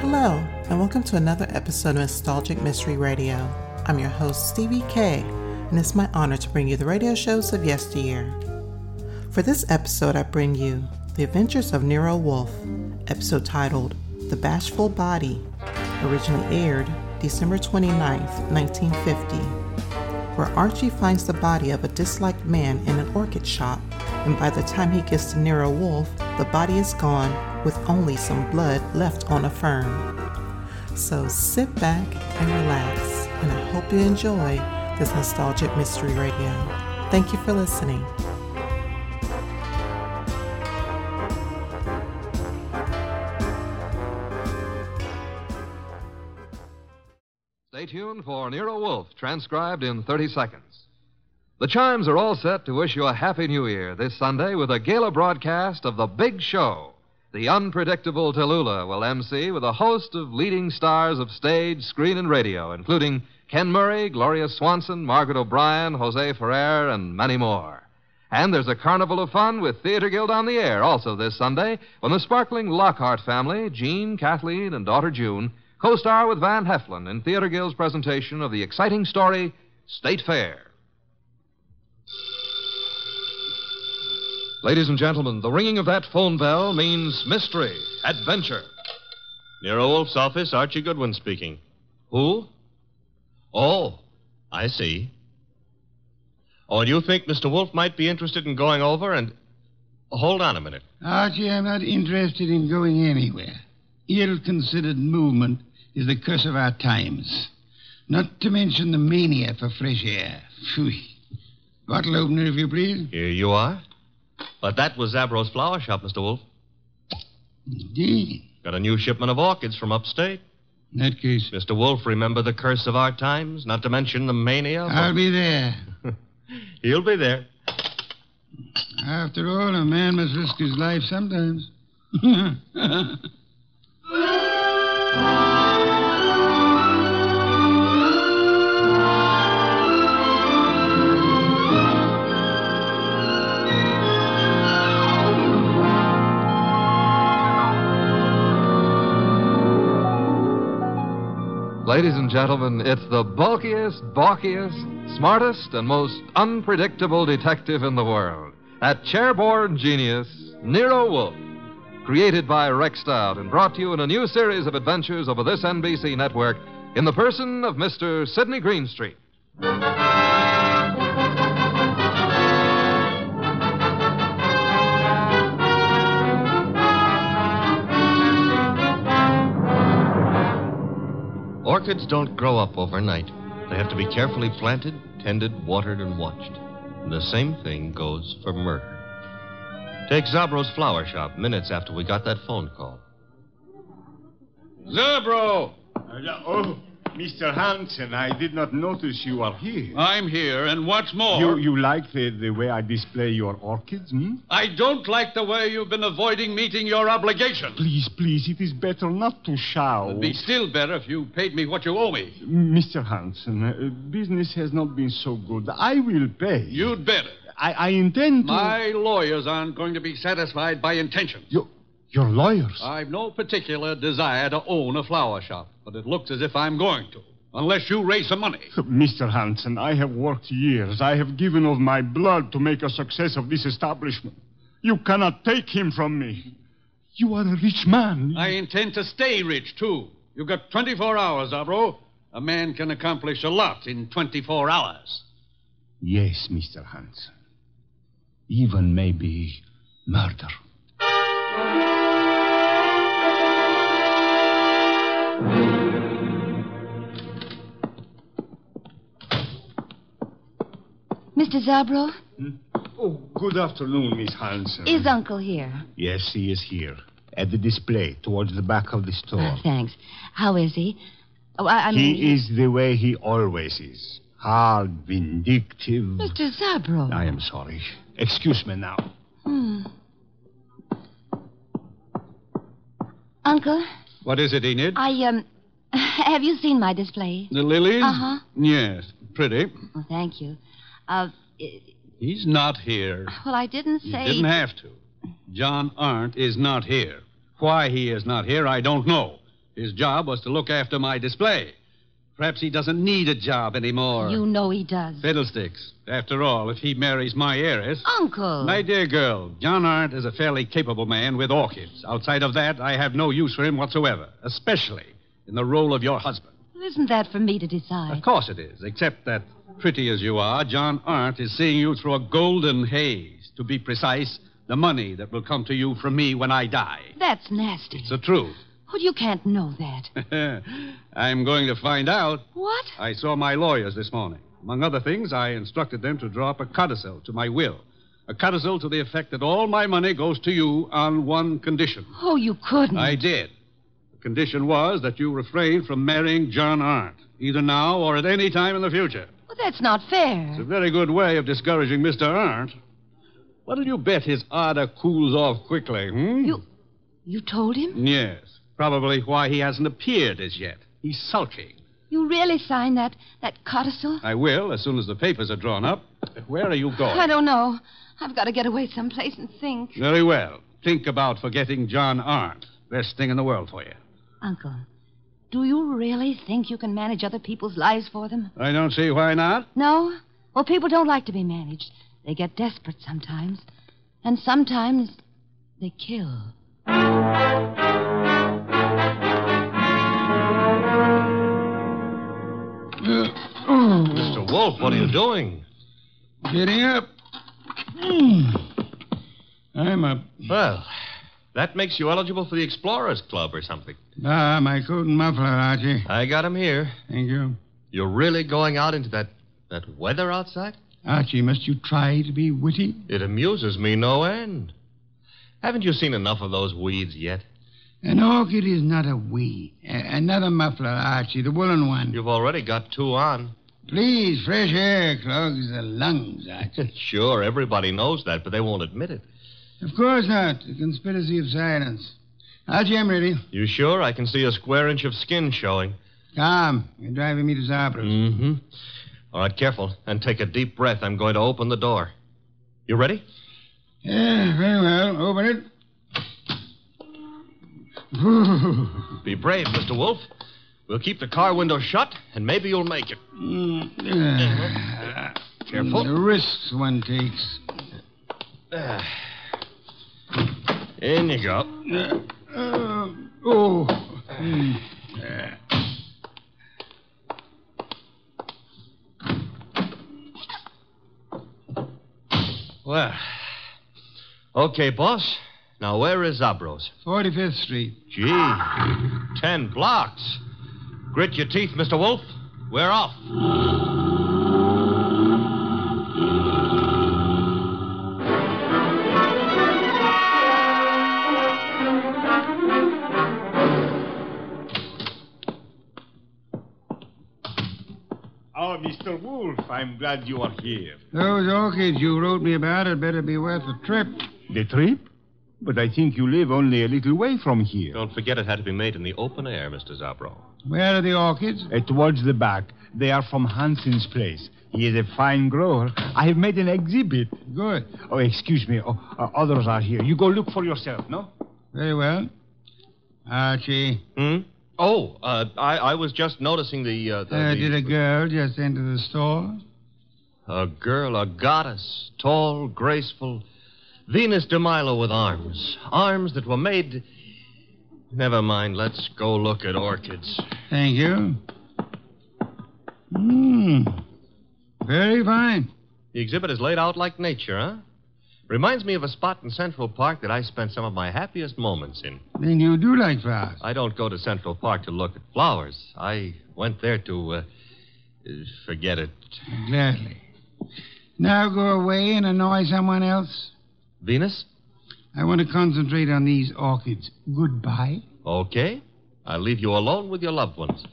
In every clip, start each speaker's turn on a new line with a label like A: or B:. A: Hello, and welcome to another episode of Nostalgic Mystery Radio. I'm your host, Stevie K, and it's my honor to bring you the radio shows of yesteryear. For this episode, I bring you The Adventures of Nero Wolf, episode titled The Bashful Body, originally aired December 29, 1950, where Archie finds the body of a disliked man in an orchid shop, and by the time he gets to Nero Wolf, the body is gone with only some blood left on a fern. So sit back and relax, and I hope you enjoy this nostalgic mystery radio. Thank you for listening.
B: Stay tuned for Nero Wolf, transcribed in 30 seconds. The chimes are all set to wish you a happy new year this Sunday with a gala broadcast of The Big Show. The unpredictable Tallulah will MC with a host of leading stars of stage, screen, and radio, including Ken Murray, Gloria Swanson, Margaret O'Brien, Jose Ferrer, and many more. And there's a carnival of fun with Theater Guild on the Air also this Sunday when the sparkling Lockhart family, Jean, Kathleen, and daughter June, co star with Van Heflin in Theater Guild's presentation of the exciting story State Fair. Ladies and gentlemen, the ringing of that phone bell means mystery, adventure.
C: Nero Wolf's office, Archie Goodwin speaking.
B: Who? Oh,
C: I see. Oh, and you think Mr. Wolf might be interested in going over and. Hold on a minute.
D: Archie, I'm not interested in going anywhere. Ill considered movement is the curse of our times. Not to mention the mania for fresh air. Phew. Bottle opener, if you please.
C: Here you are. But that was Zabro's flower shop, Mr. Wolf.
D: Indeed.
C: Got a new shipment of orchids from upstate.
D: In that case,
C: Mr. Wolf, remember the curse of our times, not to mention the mania.
D: I'll be there.
C: He'll be there.
D: After all, a man must risk his life sometimes.
B: Ladies and gentlemen, it's the bulkiest, balkiest, smartest, and most unpredictable detective in the world. That chairborne genius, Nero Wolf. Created by Rex Stout and brought to you in a new series of adventures over this NBC network in the person of Mr. Sidney Greenstreet.
C: Orchids don't grow up overnight. They have to be carefully planted, tended, watered, and watched. And the same thing goes for murder. Take Zabro's flower shop minutes after we got that phone call.
E: Zabro,
F: Uh, yeah, Oh, Mr. Hansen, I did not notice you are here.
D: Uh,
E: I'm here, and what's more,
F: You, you like the, the way I display your orchids, hmm?
D: Uh,
E: I don't like the way you've been avoiding meeting your obligations.
F: Please, please, it is better not to shout.
E: It'd be still better if you paid me what you owe me.
F: Mr. Hansen, uh, business has not been so good. I will pay.
E: You'd better.
F: I, I intend to.
E: My lawyers aren't going to be satisfied by intentions.
F: Your, your lawyers?
E: I've no particular desire to own a flower shop, but it looks as if I'm going to, unless you raise some money.
F: Mr. Hansen, I have worked years. I have given of my blood to make a success of this establishment. You cannot take him from me. You are a rich man.
E: I intend to stay rich, too. You've got 24 hours, Avro. A man can accomplish a lot in 24 hours.
F: Yes, Mr. Hansen. Even maybe murder.
G: Mr. Zabro,
F: Oh, good afternoon, Miss Hansen.
G: is Uncle here?
F: Yes, he is here. At the display, towards the back of the store.
G: Ah, thanks. How is he? Oh, I, I mean,
F: He is the way he always is. Hard, vindictive.
G: Mr. Zabro.
F: I am sorry. Excuse me now.
G: Uncle,
E: What is it, Enid?
G: I um, have you seen my display?
E: The lilies?
G: Uh-huh.
E: Yes, pretty.
G: Oh, thank you. Uh, i-
E: He's not here.
G: well, I didn't
E: You
G: say.
E: didn't have to. John Arndt is not here. Why he is not here, I don't know. His job was to look after my display. Perhaps he doesn't need a job anymore.
G: You know he does.
E: Fiddlesticks. After all, if he marries my heiress.
G: Uncle.
E: My dear girl, John Art is a fairly capable man with orchids. Outside of that, I have no use for him whatsoever, especially in the role of your husband.
G: Isn't that for me to
E: Of
G: decide?
E: course it is, except that, pretty as you are, John Art is seeing you through a golden haze. To be precise, the money that will come to you from me when I die.
G: That's nasty.
E: It's the truth.
G: Oh, you can't know that.
E: I'm going to find out.
G: What?
E: I saw my lawyers this morning. Among other things, I instructed them to draw up a codicil to my will. A codicil to the effect that all my money goes to you on one condition.
G: Oh, you couldn't.
E: I did. The condition was that you refrain from marrying John Arndt, either now or at any time in the future.
G: Well, that's not fair.
E: It's a very good way of discouraging Mr. Arndt. What'll you bet his ardor cools off quickly, hmm?
G: You you told him?
E: Yes. Probably why he hasn't appeared as yet. He's sulking.
G: You really signed that that codicil?
E: I will, as soon as the papers are drawn up. Where are you going?
G: I don't know. I've got to get away someplace and think.
E: Very well. Think about forgetting John Arndt. Best thing in the world for you.
G: Uncle, do you really think you can manage other people's lives for them?
E: I don't see why not.
G: No? Well, people don't like to be managed. They get desperate sometimes. And sometimes they kill.
D: Uh,
C: Mr. Wolf, what are you doing?
D: Getting oh, up. Mm. I'm up.
C: Well, that makes you eligible for the Explorers Club or something.
D: Ah, my coat and muffler, Archie.
C: I got him here.
D: Thank you.
C: You're really going out into that that weather outside?
D: Archie, must you try to be witty?
C: It amuses me no end. Haven't you seen enough of those weeds yet?
D: An orchid is not a weed. A- another muffler, Archie, the woolen one.
C: You've already got two on.
D: Please, fresh air clogs the lungs, Archie.
C: Sure, everybody knows that, but they won't admit it.
D: of course not. The conspiracy of silence. Archie, I'm ready.
C: You sure? I can see a square inch of skin showing.
D: Tom, you're driving me to Zabra's.
C: Mm-hmm. All right, careful. And take a deep breath. I'm going to open the door. You ready?
D: Yeah, very well. Open it.
C: Be brave, Mr. Wolf. We'll keep the car window shut, and maybe you'll make it.
D: Mm.
C: Careful.
D: The risks one takes.
C: In you go.
D: Uh, oh. Mm.
C: Well. Okay, boss. Now, where is Zabros?
D: 45th Street.
C: Gee, ten blocks. Grit your teeth, Mr. Wolf. We're off.
F: Oh, Mr. Wolf, I'm glad you are here.
D: Those orchids you wrote me about had better be worth a trip.
F: The trip? But I think you live only a little way from here.
C: Don't forget it had to be made in the open air, Mr. Zabro.
D: Where are the orchids?
F: Uh, towards the back. They are from Hansen's place. He is a fine grower. I have made an exhibit.
D: Good.
F: Oh, excuse me. Oh, uh, others are here. You go look for yourself, no?
D: Very well. Archie,
C: Hmm? Oh, uh, I, I was just noticing the. Uh, the,
D: uh,
C: the-
D: did a girl just enter the store?
C: A girl, a goddess, tall, graceful. Venus de Milo with arms. Arms that were made. Never mind, let's go look at orchids.
D: Thank you. Mmm. Very fine.
C: The exhibit is laid out like nature, huh? Reminds me of a spot in Central Park that I spent some of my happiest moments in.
D: Then you do like flowers.
C: I don't go to Central Park to look at flowers. I went there to, uh, uh, forget it.
D: Gladly. Now go away and annoy someone else.
C: Venus?
D: I want to concentrate on these orchids. Goodbye.
C: Okay. I'll leave you alone with your loved ones.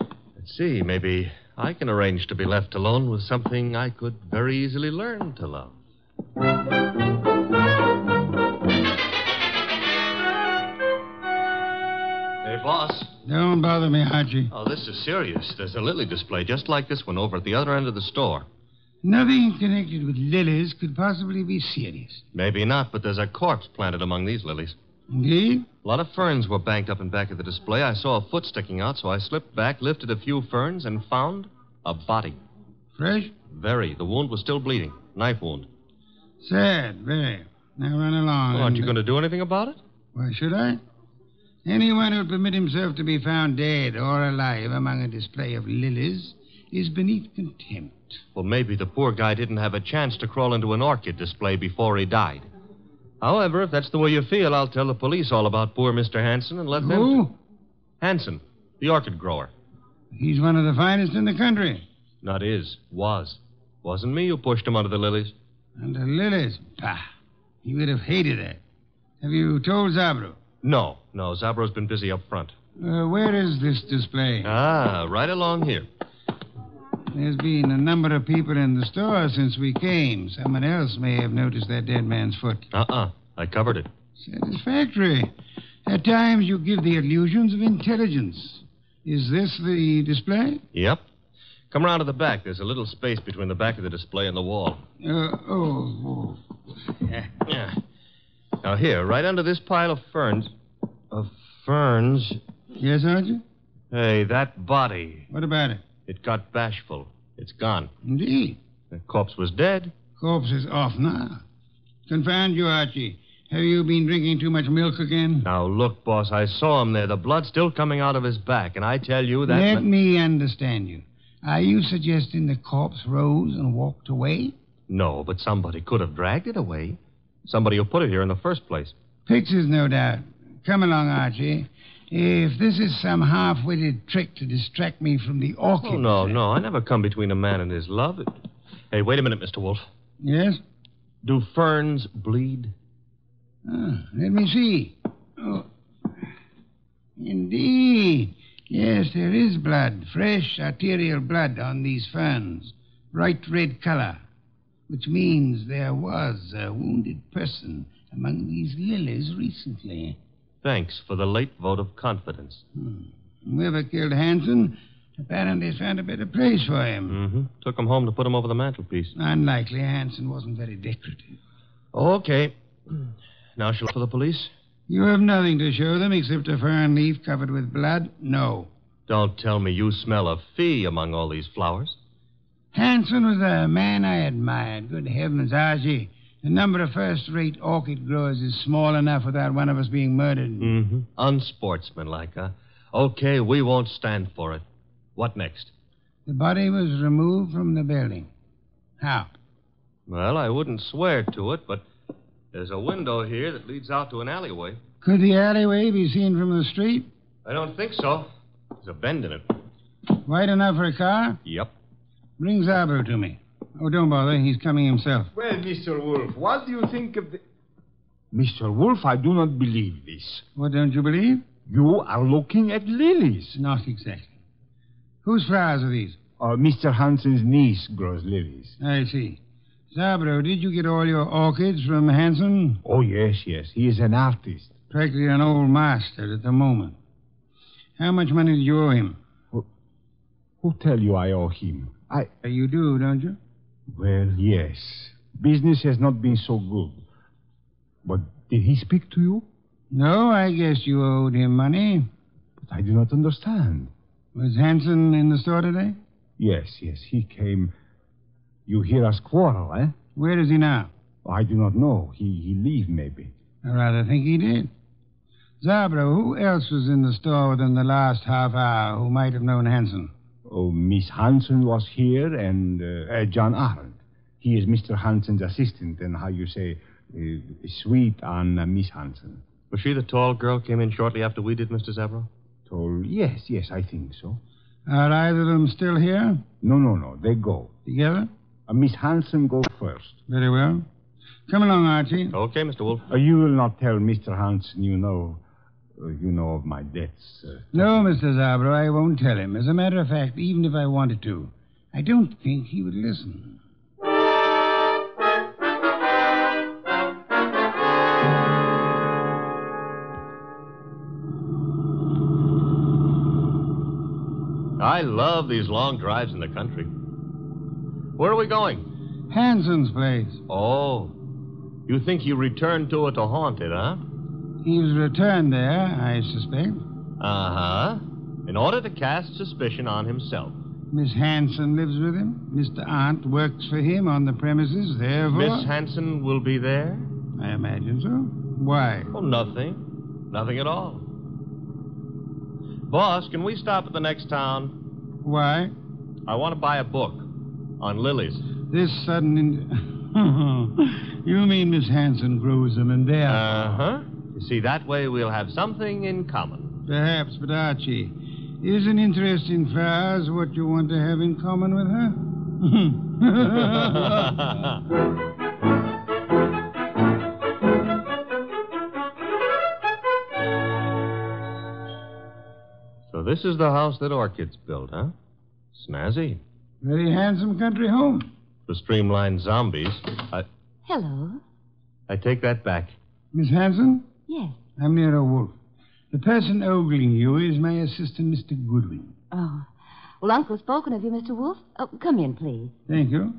C: Let's see, maybe I can arrange to be left alone with something I could very easily learn to love. Hey, boss.
D: Don't bother me, Archie.
C: Oh, this is serious. There's a lily display just like this one over at the other end of the store.
D: Nothing connected with lilies could possibly be serious.
C: Maybe not, but there's a corpse planted among these lilies.
D: Indeed?
C: A lot of ferns were banked up in back of the display. I saw a foot sticking out, so I slipped back, lifted a few ferns, and found a body.
D: Fresh?
C: Very. The wound was still bleeding. Knife wound.
D: Sad, very. Now run along.
C: Well, aren't you
D: and- uh,
C: going to do anything about it?
D: Why should I? Anyone who'd permit himself to be found dead or alive among a display of lilies is beneath contempt.
C: Well, maybe the poor guy didn't have a chance to crawl into an orchid display before he died. However, if that's the way you feel, I'll tell the police all about poor Mr. Hanson and let them.
D: Who?
C: Hanson, the orchid grower.
D: He's one of the finest in the country.
C: Not is, was. Wasn't me who pushed him under the lilies.
D: And the lilies, bah. He would have hated that. Have you told Zabro?
C: No, no, Zabro's been busy up front.
D: Uh, where is this display?
C: Ah, right along here.
D: There's been a number of people in the store since we came. Someone else may have noticed that dead man's foot.
C: Uh-uh, I covered it.
D: Satisfactory. At times you give the illusions of intelligence. Is this the display?
C: Yep. Come around to the back. There's a little space between the back of the display and the wall.
D: Uh, oh,
C: Yeah. Now here, right under this pile of ferns. Of ferns.
D: Yes, Sergeant?
C: Hey, that body.
D: What about it?
C: It got bashful. It's gone.
D: Indeed.
C: The corpse was dead.
D: Corpse is off now. Confound you, Archie. Have you been drinking too much milk again?
C: Now look, boss, I saw him there. The blood still coming out of his back, and I tell you that.
D: Let me understand you. Are you suggesting the corpse rose and walked away?
C: No, but somebody could have dragged it away. Somebody who put it here in the first place.
D: Pictures, no doubt. Come along, Archie. If this is some half-witted trick to distract me from the orchid...
C: Oh, no, no. I never come between a man and his love. Hey, wait a minute, Mr. Wolf.
D: Yes?
C: Do ferns bleed?
D: Ah, let me see. Oh. Indeed. Yes, there is blood, fresh arterial blood on these ferns, bright red color, which means there was a wounded person among these lilies recently.
C: Thanks for the late vote of confidence.
D: Whoever killed Hanson apparently found a better place for him.
C: Mm-hmm. Took him home to put him over the mantelpiece.
D: Unlikely Hanson wasn't very decorative.
C: Okay. Now shall I for the police?
D: You have nothing to show them except a fern leaf covered with blood? No.
C: Don't tell me you smell a fee among all these flowers.
D: Hanson was a man I admired. Good heavens, Archie. The number of first rate orchid growers is small enough without one of us being murdered.
C: Mm-hmm. Unsportsmanlike, huh? Okay, we won't stand for it. What next?
D: The body was removed from the building. How?
C: Well, I wouldn't swear to it, but there's a window here that leads out to an alleyway.
D: Could the alleyway be seen from the street?
C: I don't think so. There's a bend in it.
D: Wide enough for a car?
C: Yep.
D: Bring Zabo to me. Oh, don't bother. He's coming himself.
H: Well, Mr. Wolf, what do you think of the.
F: Mr. Wolf, I do not believe this.
D: What don't you believe?
F: You are looking at lilies.
D: Not exactly. Whose flowers are these?
F: Uh, Mr. Hansen's niece grows lilies.
D: I see. Zabro, did you get all your orchids from Hanson?
F: Oh, yes, yes. He is an artist.
D: Practically an old master at the moment. How much money do you owe him?
F: Who tell you I owe him? I.
D: Uh, You do, don't you?
F: Well, yes. Business has not been so good. But did he speak to you?
D: No, I guess you owed him money.
F: But I do not understand.
D: Was Hanson in the store today?
F: Yes, yes, he came. You hear us quarrel, eh?
D: Where is he now?
F: I do not know. He he leave maybe.
D: I rather think he did. Zabro, who else was in the store within the last half hour who might have known Hanson?
F: Oh, Miss Hansen was here and uh, uh, John Arendt. He is Mr. Hansen's assistant and how you say, uh, sweet on uh, Miss Hansen.
C: Was she the tall girl came in shortly after we did, Mr. Zavro?
F: So yes, yes, I think so.
D: Are either of them still here?
F: No, no, no. They go.
D: Together?
F: Uh, Miss Hansen go first.
D: Very well. Come along, Archie.
C: Okay, Mr. Wolf.
F: Uh, you will not tell Mr. Hansen you know, uh, you know of my debts. Uh,
D: No, Mr. Zabro, I won't tell him. As a matter of fact, even if I wanted to, I don't think he would listen.
C: I love these long drives in the country. Where are we going?
D: Hanson's place.
C: Oh, you think you returned to it to haunt it, huh?
D: He's returned there, I suspect.
C: Uh huh. In order to cast suspicion on himself.
D: Miss Hanson lives with him. Mr. Arndt works for him on the premises, therefore.
C: Miss Hanson will be there?
D: I imagine so. Why?
C: Oh, nothing. Nothing at all. Boss, can we stop at the next town?
D: Why?
C: I want to buy a book on lilies.
D: This sudden. In- you mean Miss Hanson grows them and they are.
C: Uh huh. You see, that way we'll have something in common.
D: Perhaps, but Archie, isn't interest in flowers what you want to have in common with her?
C: so this is the house that orchids built, huh? Snazzy.
D: Very handsome country home.
C: For streamlined zombies. I,
G: Hello.
C: I take that back.
D: Miss Hanson,
G: Yes.
D: I'm Nero Wolf. The person ogling you is my assistant, Mr. Goodwin.
G: Oh. Well, Uncle's spoken of you, Mr. Wolf. Oh, come in, please.
D: Thank you.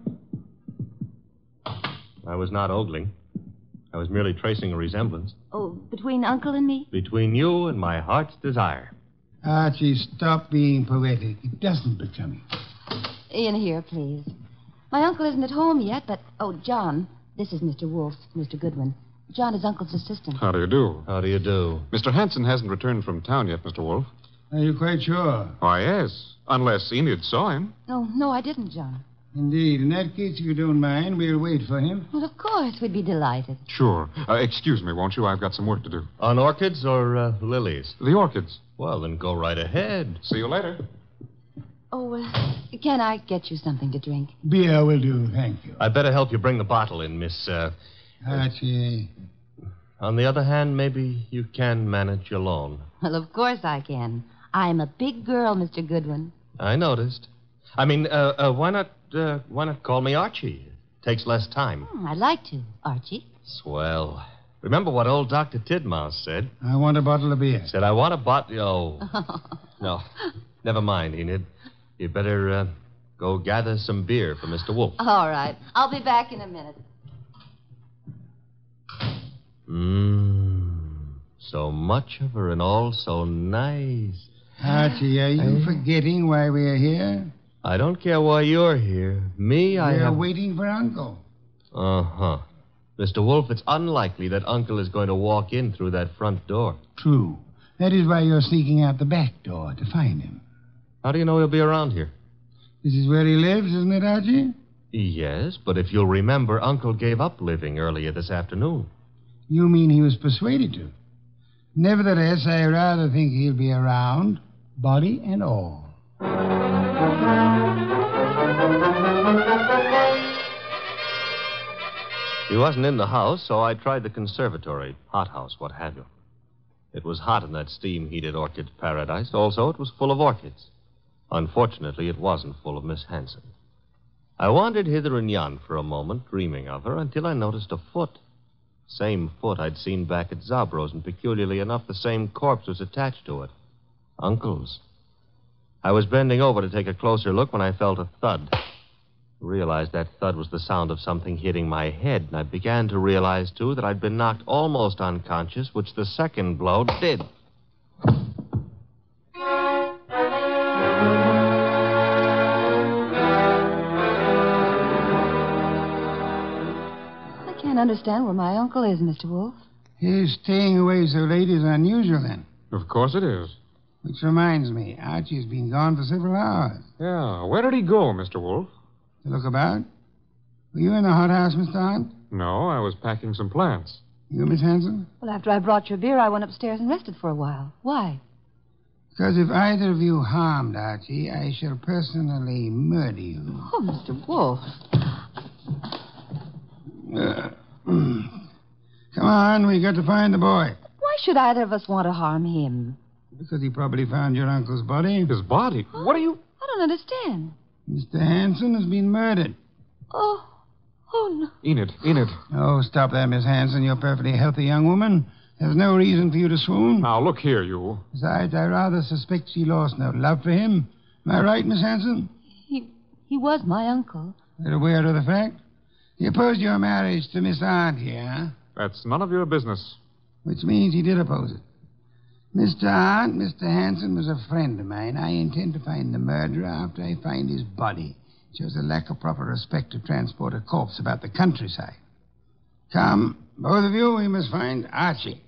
C: I was not ogling. I was merely tracing a resemblance
G: Oh, between Uncle and me?
C: between you and my heart's desire.
D: Archie, stop being poetic. It doesn't become you.
G: In here, please. My uncle isn't at home yet, but. Oh, John. This is Mr. Wolf, Mr. Goodwin. John is Uncle's assistant.
E: How do you do?
C: How do you do?
E: Mr. Hanson hasn't returned from town yet, Mr. Wolf.
D: Are you quite sure?
E: Why, yes. Unless Enid saw him.
G: No, Oh, no, I didn't, John.
D: Indeed. In that case, if you don't mind, we'll wait for him.
G: Well, of course, we'd be delighted.
E: Sure. Uh, excuse me, won't you? I've got some work to do.
C: On orchids or uh, lilies?
E: The orchids.
C: Well, then go right ahead.
E: See you later.
G: Oh, uh, can I get you something to drink?
D: Beer will do, thank you.
C: I better help you bring the bottle in, Miss. Uh...
D: Archie,
C: On the other hand, maybe you can manage alone.
G: Well, of course I can. I'm a big girl, Mr. Goodwin.
C: I noticed. I mean, uh, uh, why not? Uh, why not call me Archie? Takes less time.
G: Hmm, I'd like to, Archie.
C: Swell. Remember what old Doctor Tidmouse said?
D: I want a bottle of beer.
C: Said I want a bot. Oh, no. Never mind, Enid. You better uh, go gather some beer for Mister Wolf.
G: All right. I'll be back in a minute.
C: Mmm. So much of her and all so nice.
D: Archie, Ah, are you forgetting why we are here?
C: I don't care why you're here. Me, I
D: we are
C: have.
D: waiting for Uncle.
C: Uh huh. Mr. Wolf, it's unlikely that Uncle is going to walk in through that front door.
D: True. That is why you're sneaking out the back door to find him.
C: How do you know he'll be around here?
D: This is where he lives, isn't it, Archie?
C: Yes, but if you'll remember, Uncle gave up living earlier this afternoon.
D: You mean he was persuaded to? Nevertheless, I rather think he'll be around, body and all.
C: He wasn't in the house, so I tried the conservatory, hothouse, what have you. It was hot in that steam heated orchid paradise. Also, it was full of orchids. Unfortunately, it wasn't full of Miss Hanson. I wandered hither and yon for a moment, dreaming of her, until I noticed a foot. Same foot I'd seen back at Zabro's, and peculiarly enough, the same corpse was attached to it. Uncle's. I was bending over to take a closer look when I felt a thud realized that thud was the sound of something hitting my head, and I began to realize, too, that I'd been knocked almost unconscious, which the second blow did.
G: I can't understand where my uncle is, Mr. Wolf.
D: His staying away so late is unusual, then.
E: Of course it is.
D: Which reminds me, Archie's been gone for several hours.
E: Yeah. Where did he go, Mr. Wolf?
D: To look about. Were you in the hothouse, Mr. Hunt?
E: No, I was packing some plants.
D: You, Miss Hanson?
G: Well, after I brought your beer, I went upstairs and rested for a while. Why?
D: Because if either of you harmed Archie, I shall personally murder you.
G: Oh, Mr. Wolf.
D: Come on, we got to find the boy.
G: Why should either of us want to harm him?
D: Because he probably found your uncle's body.
E: His body. What are you.
G: I don't understand.
D: Mr. Hanson has been murdered.
G: Oh, oh no.
E: Enid, Enid.
D: Oh, stop that, Miss Hanson. You're a perfectly healthy young woman. There's no reason for you to swoon.
E: Now, look here, you.
D: Besides, I rather suspect she lost no love for him. Am I right, Miss Hanson?
G: He, he was my uncle.
D: You're aware of the fact? You opposed your marriage to Miss Arndt here, huh?
E: That's none of your business.
D: which means he did oppose it. Mr. Arndt, Mr. Hanson was a friend of mine. I intend to find the murderer after I find his body. Shows a lack of proper respect to transport a corpse about the countryside. Come, both of you, we must find Archie.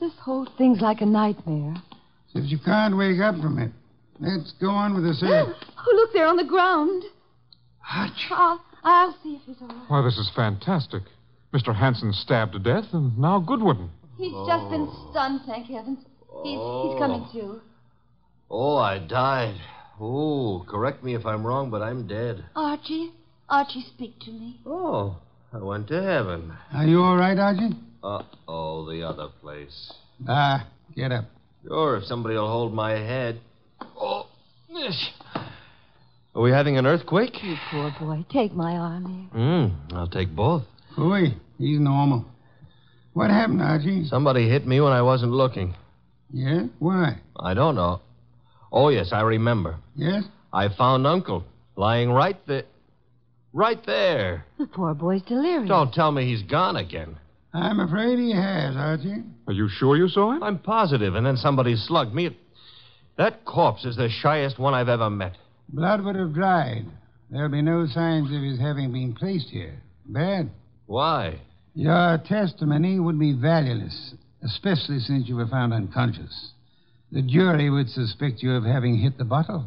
G: This whole thing's like a nightmare.
D: If you can't wake up from it, let's go on with the search.
G: Oh, look, they're on the ground. I'll, I'll see if he's all right.
I: Why, this is fantastic. Mr. Hanson stabbed to death, and now Goodwin.
G: He's just been stunned, thank heavens. He's, he's coming to.
C: Oh, I died. Oh, correct me if I'm wrong, but I'm dead.
G: Archie, Archie, speak to me.
C: Oh, I went to heaven.
D: Are you all right, Archie?
C: Uh oh, the other place.
D: Ah, get up.
C: Sure, if somebody will hold my head. Oh, yes. Are we having an earthquake?
G: You poor boy. Take my arm
C: Mm, I'll take both.
D: Oi, he's normal. What happened, Archie?
C: Somebody hit me when I wasn't looking.
D: Yeah? Why?
C: I don't know. Oh, yes, I remember.
D: Yes?
C: I found Uncle lying right there. Right there.
G: here. The poor boy's delirious.
C: Don't tell me he's gone again.
D: I'm afraid he has, Archie.
I: Are you sure you saw him?
C: I'm positive, and then somebody slugged me. That corpse is the shyest one I've ever met.
D: Blood would have dried. There'll be no signs of his having been placed here. Bad.
C: Why?
D: Your testimony would be valueless, especially since you were found unconscious. The jury would suspect you of having hit the bottle.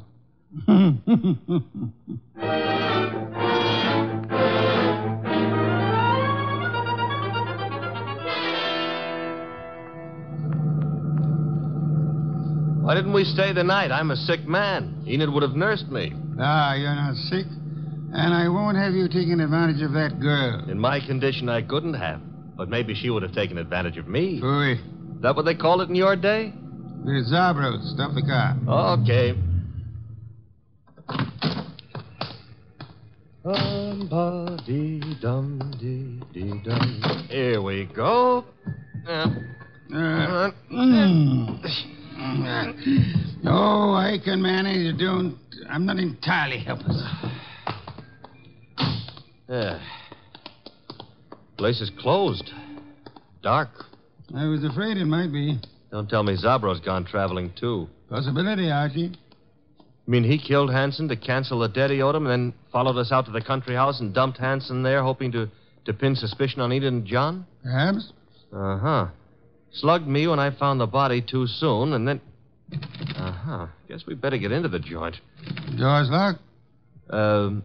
C: Why didn't we stay the night? I'm a sick man. Enid would have nursed me.
D: Ah, you're not sick. And I won't have you taking advantage of that girl.
C: In my condition, I couldn't have. But maybe she would have taken advantage of me.
D: Oi,
C: Is that what they call it in your day?
D: there's Zabros. Stop the car.
C: Okay. Dum-ba-dee-dum-dee-dee-dum. Here we go. Uh,
D: Uh,
C: uh,
D: mm. Oh, I can manage. Don't. I'm not entirely helpless.
C: yeah. eh. Place is closed. Dark.
D: I was afraid it might be.
C: Don't tell me Zabro's gone traveling, too.
D: Possibility, Archie.
C: You mean he killed Hanson to cancel the debt he owed him, and then followed us out to the country house and dumped Hanson there, hoping to, to pin suspicion on Enid and John?
D: Perhaps.
C: Uh huh. Slugged me when I found the body too soon, and then. Uh huh. Guess we better get into the joint.
D: Door's locked.
C: Um,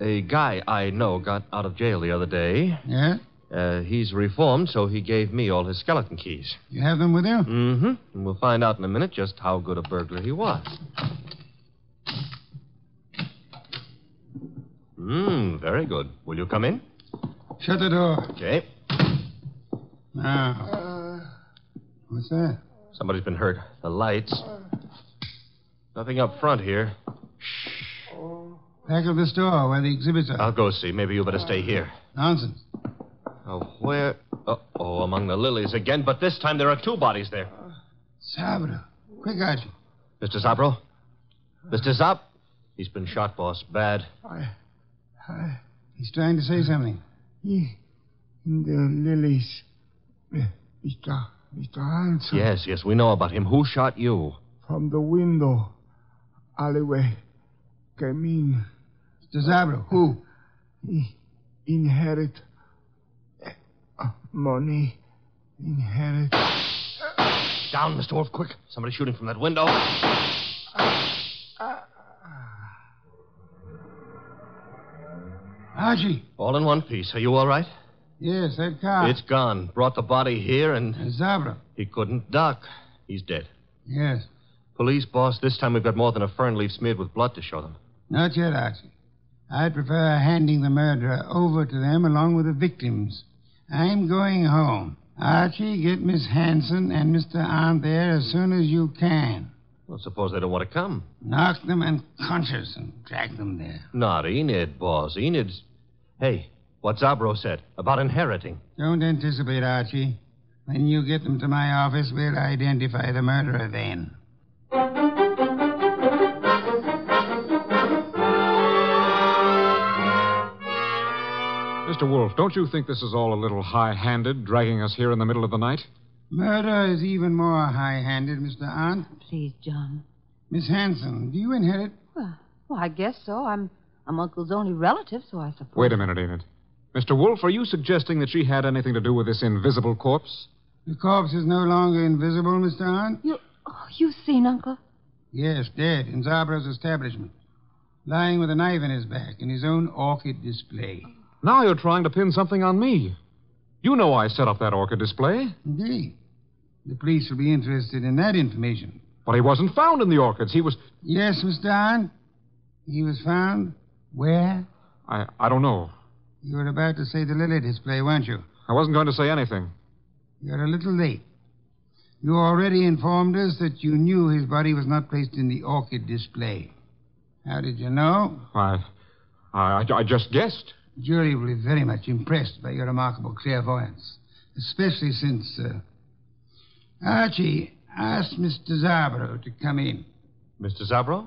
C: a guy I know got out of jail the other day.
D: Yeah?
C: Uh, he's reformed, so he gave me all his skeleton keys.
D: You have them with you?
C: Mm hmm. And we'll find out in a minute just how good a burglar he was. Mmm, very good. Will you come in?
D: Shut the door.
C: Okay.
D: Now.
F: Uh.
D: What's that?
C: Somebody's been hurt. The lights. Nothing up front here.
D: Back of the store where the exhibits are.
C: I'll go see. Maybe you better stay here.
D: Nonsense.
C: Oh, where? Uh oh, among the lilies again, but this time there are two bodies there.
D: Sabra. Quick, Archie.
C: Mr. Zabro? Mr. Zab? He's been shot, boss. Bad.
D: He's trying to say something.
F: He, the lilies. Mr. Mr. Hanson.
C: Yes, yes, we know about him. Who shot you?
F: From the window. Alleyway. Came in.
D: Mr. Zabro. Who?
F: He inherit uh, money. Inherit.
C: Down, Mr. Wolf, quick. Somebody shooting from that window.
D: Archie.
C: All in one piece. Are you all right?
D: Yes, that car. Uh,
C: It's gone. Brought the body here, and
D: Zabra.
C: he couldn't dock. He's dead.
D: Yes.
C: Police, boss, this time we've got more than a fern leaf smeared with blood to show them.
D: Not yet, Archie. I'd prefer handing the murderer over to them along with the victims. I'm going home. Archie, get Miss Hanson and Mr. Arndt there as soon as you can.
C: Well, suppose they don't want to come.
D: Knock them unconscious and drag them there.
C: Not Enid, boss. Enid's. Hey, what Zabro said about inheriting.
D: Don't anticipate, Archie. When you get them to my office, we'll identify the murderer then.
I: Mr. Wolf, don't you think this is all a little high handed, dragging us here in the middle of the night?
D: Murder is even more high handed, Mr. Arndt.
G: Please, John.
D: Miss Hanson, do you inherit?
G: Well, well, I guess so. I'm I'm Uncle's only relative, so I suppose.
I: Wait a minute, Enid. Mr. Wolf, are you suggesting that she had anything to do with this invisible corpse?
D: The corpse is no longer invisible, Mr. Arndt?
G: You, oh, you've seen Uncle.
D: Yes, dead in Zabra's establishment. Lying with a knife in his back in his own orchid display.
I: Now you're trying to pin something on me. You know I set up that orchid display,
D: Indeed. The police will be interested in that information.
I: but he wasn't found in the orchids. He was.
D: Yes, Mr. Arndt? He was found? Where?
I: I, I don't know.
D: You were about to say the lily display, weren't you?
I: I wasn't going to say anything.
D: You're a little late. You already informed us that you knew his body was not placed in the orchid display. How did you know?
I: I, I, I just guessed.
D: The jury will be very much impressed by your remarkable clairvoyance, especially since. Uh... Archie, ask Mr. Zabro to come in.
C: Mr. Zabro?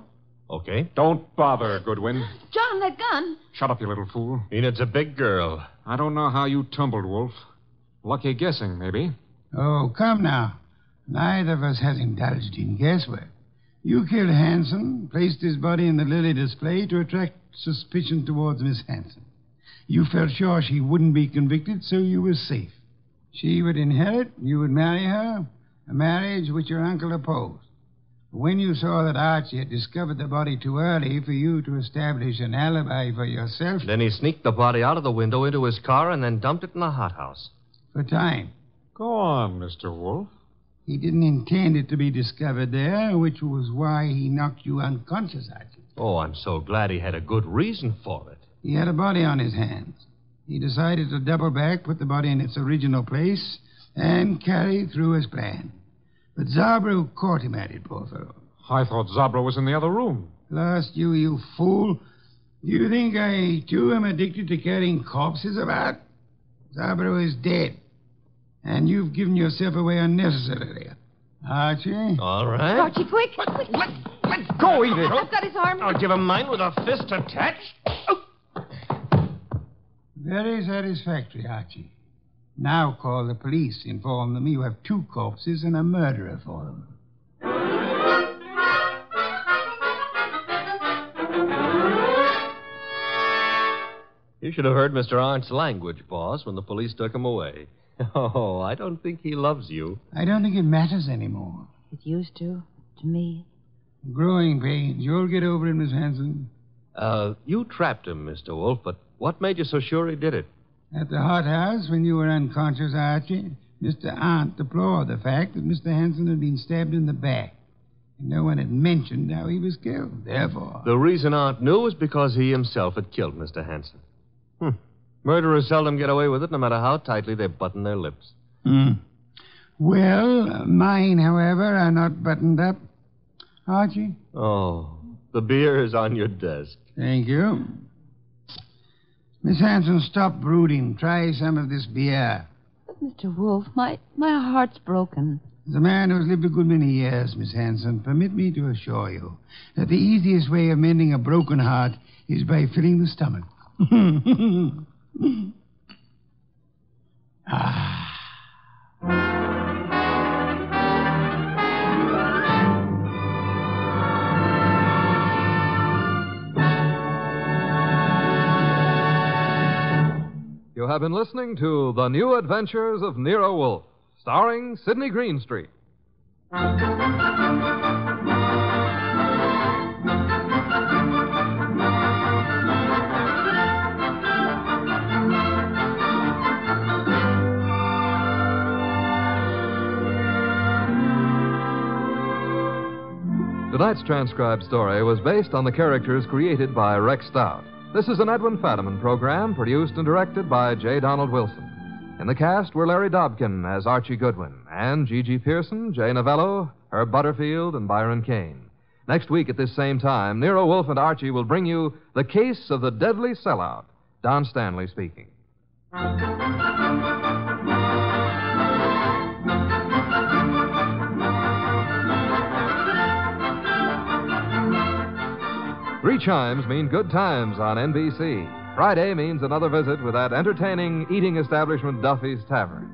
C: Okay.
I: Don't bother, Goodwin.
G: John, that gun.
I: Shut up, you little fool.
C: Enid's a big girl.
I: I don't know how you tumbled, Wolf. Lucky guessing, maybe.
D: Oh, come now. Neither of us has indulged in guesswork. You killed Hanson, placed his body in the lily display to attract suspicion towards Miss Hanson. You felt sure she wouldn't be convicted, so you were safe. She would inherit, you would marry her, a marriage which your uncle opposed. When you saw that Archie had discovered the body too early for you to establish an alibi for yourself
C: Then he sneaked the body out of the window into his car and then dumped it in the hothouse.
D: for time,
I: Go on, Mr. Wolf.
D: he didn't intend it to be discovered there, which was why he knocked you unconscious, Archie.
C: Oh, I'm so glad he had a good reason for it.
D: He had a body on his hands. He decided to double back, put the body in its original place, and carry through his plan. But Zabro caught him at it, poor fellow.
I: I thought Zabra was in the other room.
D: Lost you, you fool. Do you think I, too, am addicted to carrying corpses about? Zabro is dead. And you've given yourself away unnecessarily. Archie?
C: All right.
G: Archie, quick. quick.
C: Let go, Enid.
G: I've got his arm.
C: I'll give him mine with a fist attached. Oh.
D: Very satisfactory, Archie. Now call the police. Inform them you have two corpses and a murderer for them.
C: You should have heard Mr. Arndt's language, boss, when the police took him away. Oh, I don't think he loves you.
D: I don't think it matters anymore.
G: It used to, to me.
D: Growing pains. You'll get over it, Miss Hanson.
C: Uh, you trapped him, Mr. Wolf, but what made you so sure he did it?
D: At the hothouse, when you were unconscious, Archie, Mr. Arndt deplored the fact that Mr. Hanson had been stabbed in the back. And no one had mentioned how he was killed. Therefore,
C: The reason Arndt knew was because he himself had killed Mr. Hanson. Hmm. Murderers seldom get away with it, no matter how tightly they button their lips.
D: Hmm. Well, uh, mine, however, are not buttoned up. Archie?
C: Oh, the beer is on your desk.
D: Thank you. Miss Hanson, stop brooding. Try some of this beer.
G: But, Mr. Wolf, my, my heart's broken.
D: As a man who has lived a good many years, Miss Hanson, permit me to assure you that the easiest way of mending a broken heart is by filling the stomach.
B: You have been listening to The New Adventures of Nero Wolf, starring Sidney Greenstreet. Tonight's transcribed story was based on the characters created by Rex Stout. This is an Edwin Fadiman program produced and directed by J. Donald Wilson. In the cast were Larry Dobkin as Archie Goodwin and Gigi Pearson, Jay Novello, Herb Butterfield, and Byron Kane. Next week at this same time, Nero Wolf and Archie will bring you The Case of the Deadly Sellout. Don Stanley speaking. Three chimes mean good times on NBC. Friday means another visit with that entertaining eating establishment, Duffy's Tavern.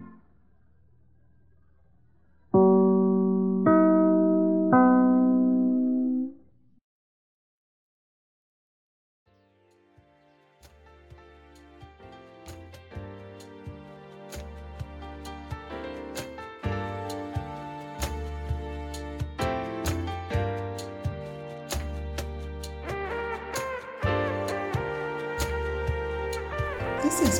A: This has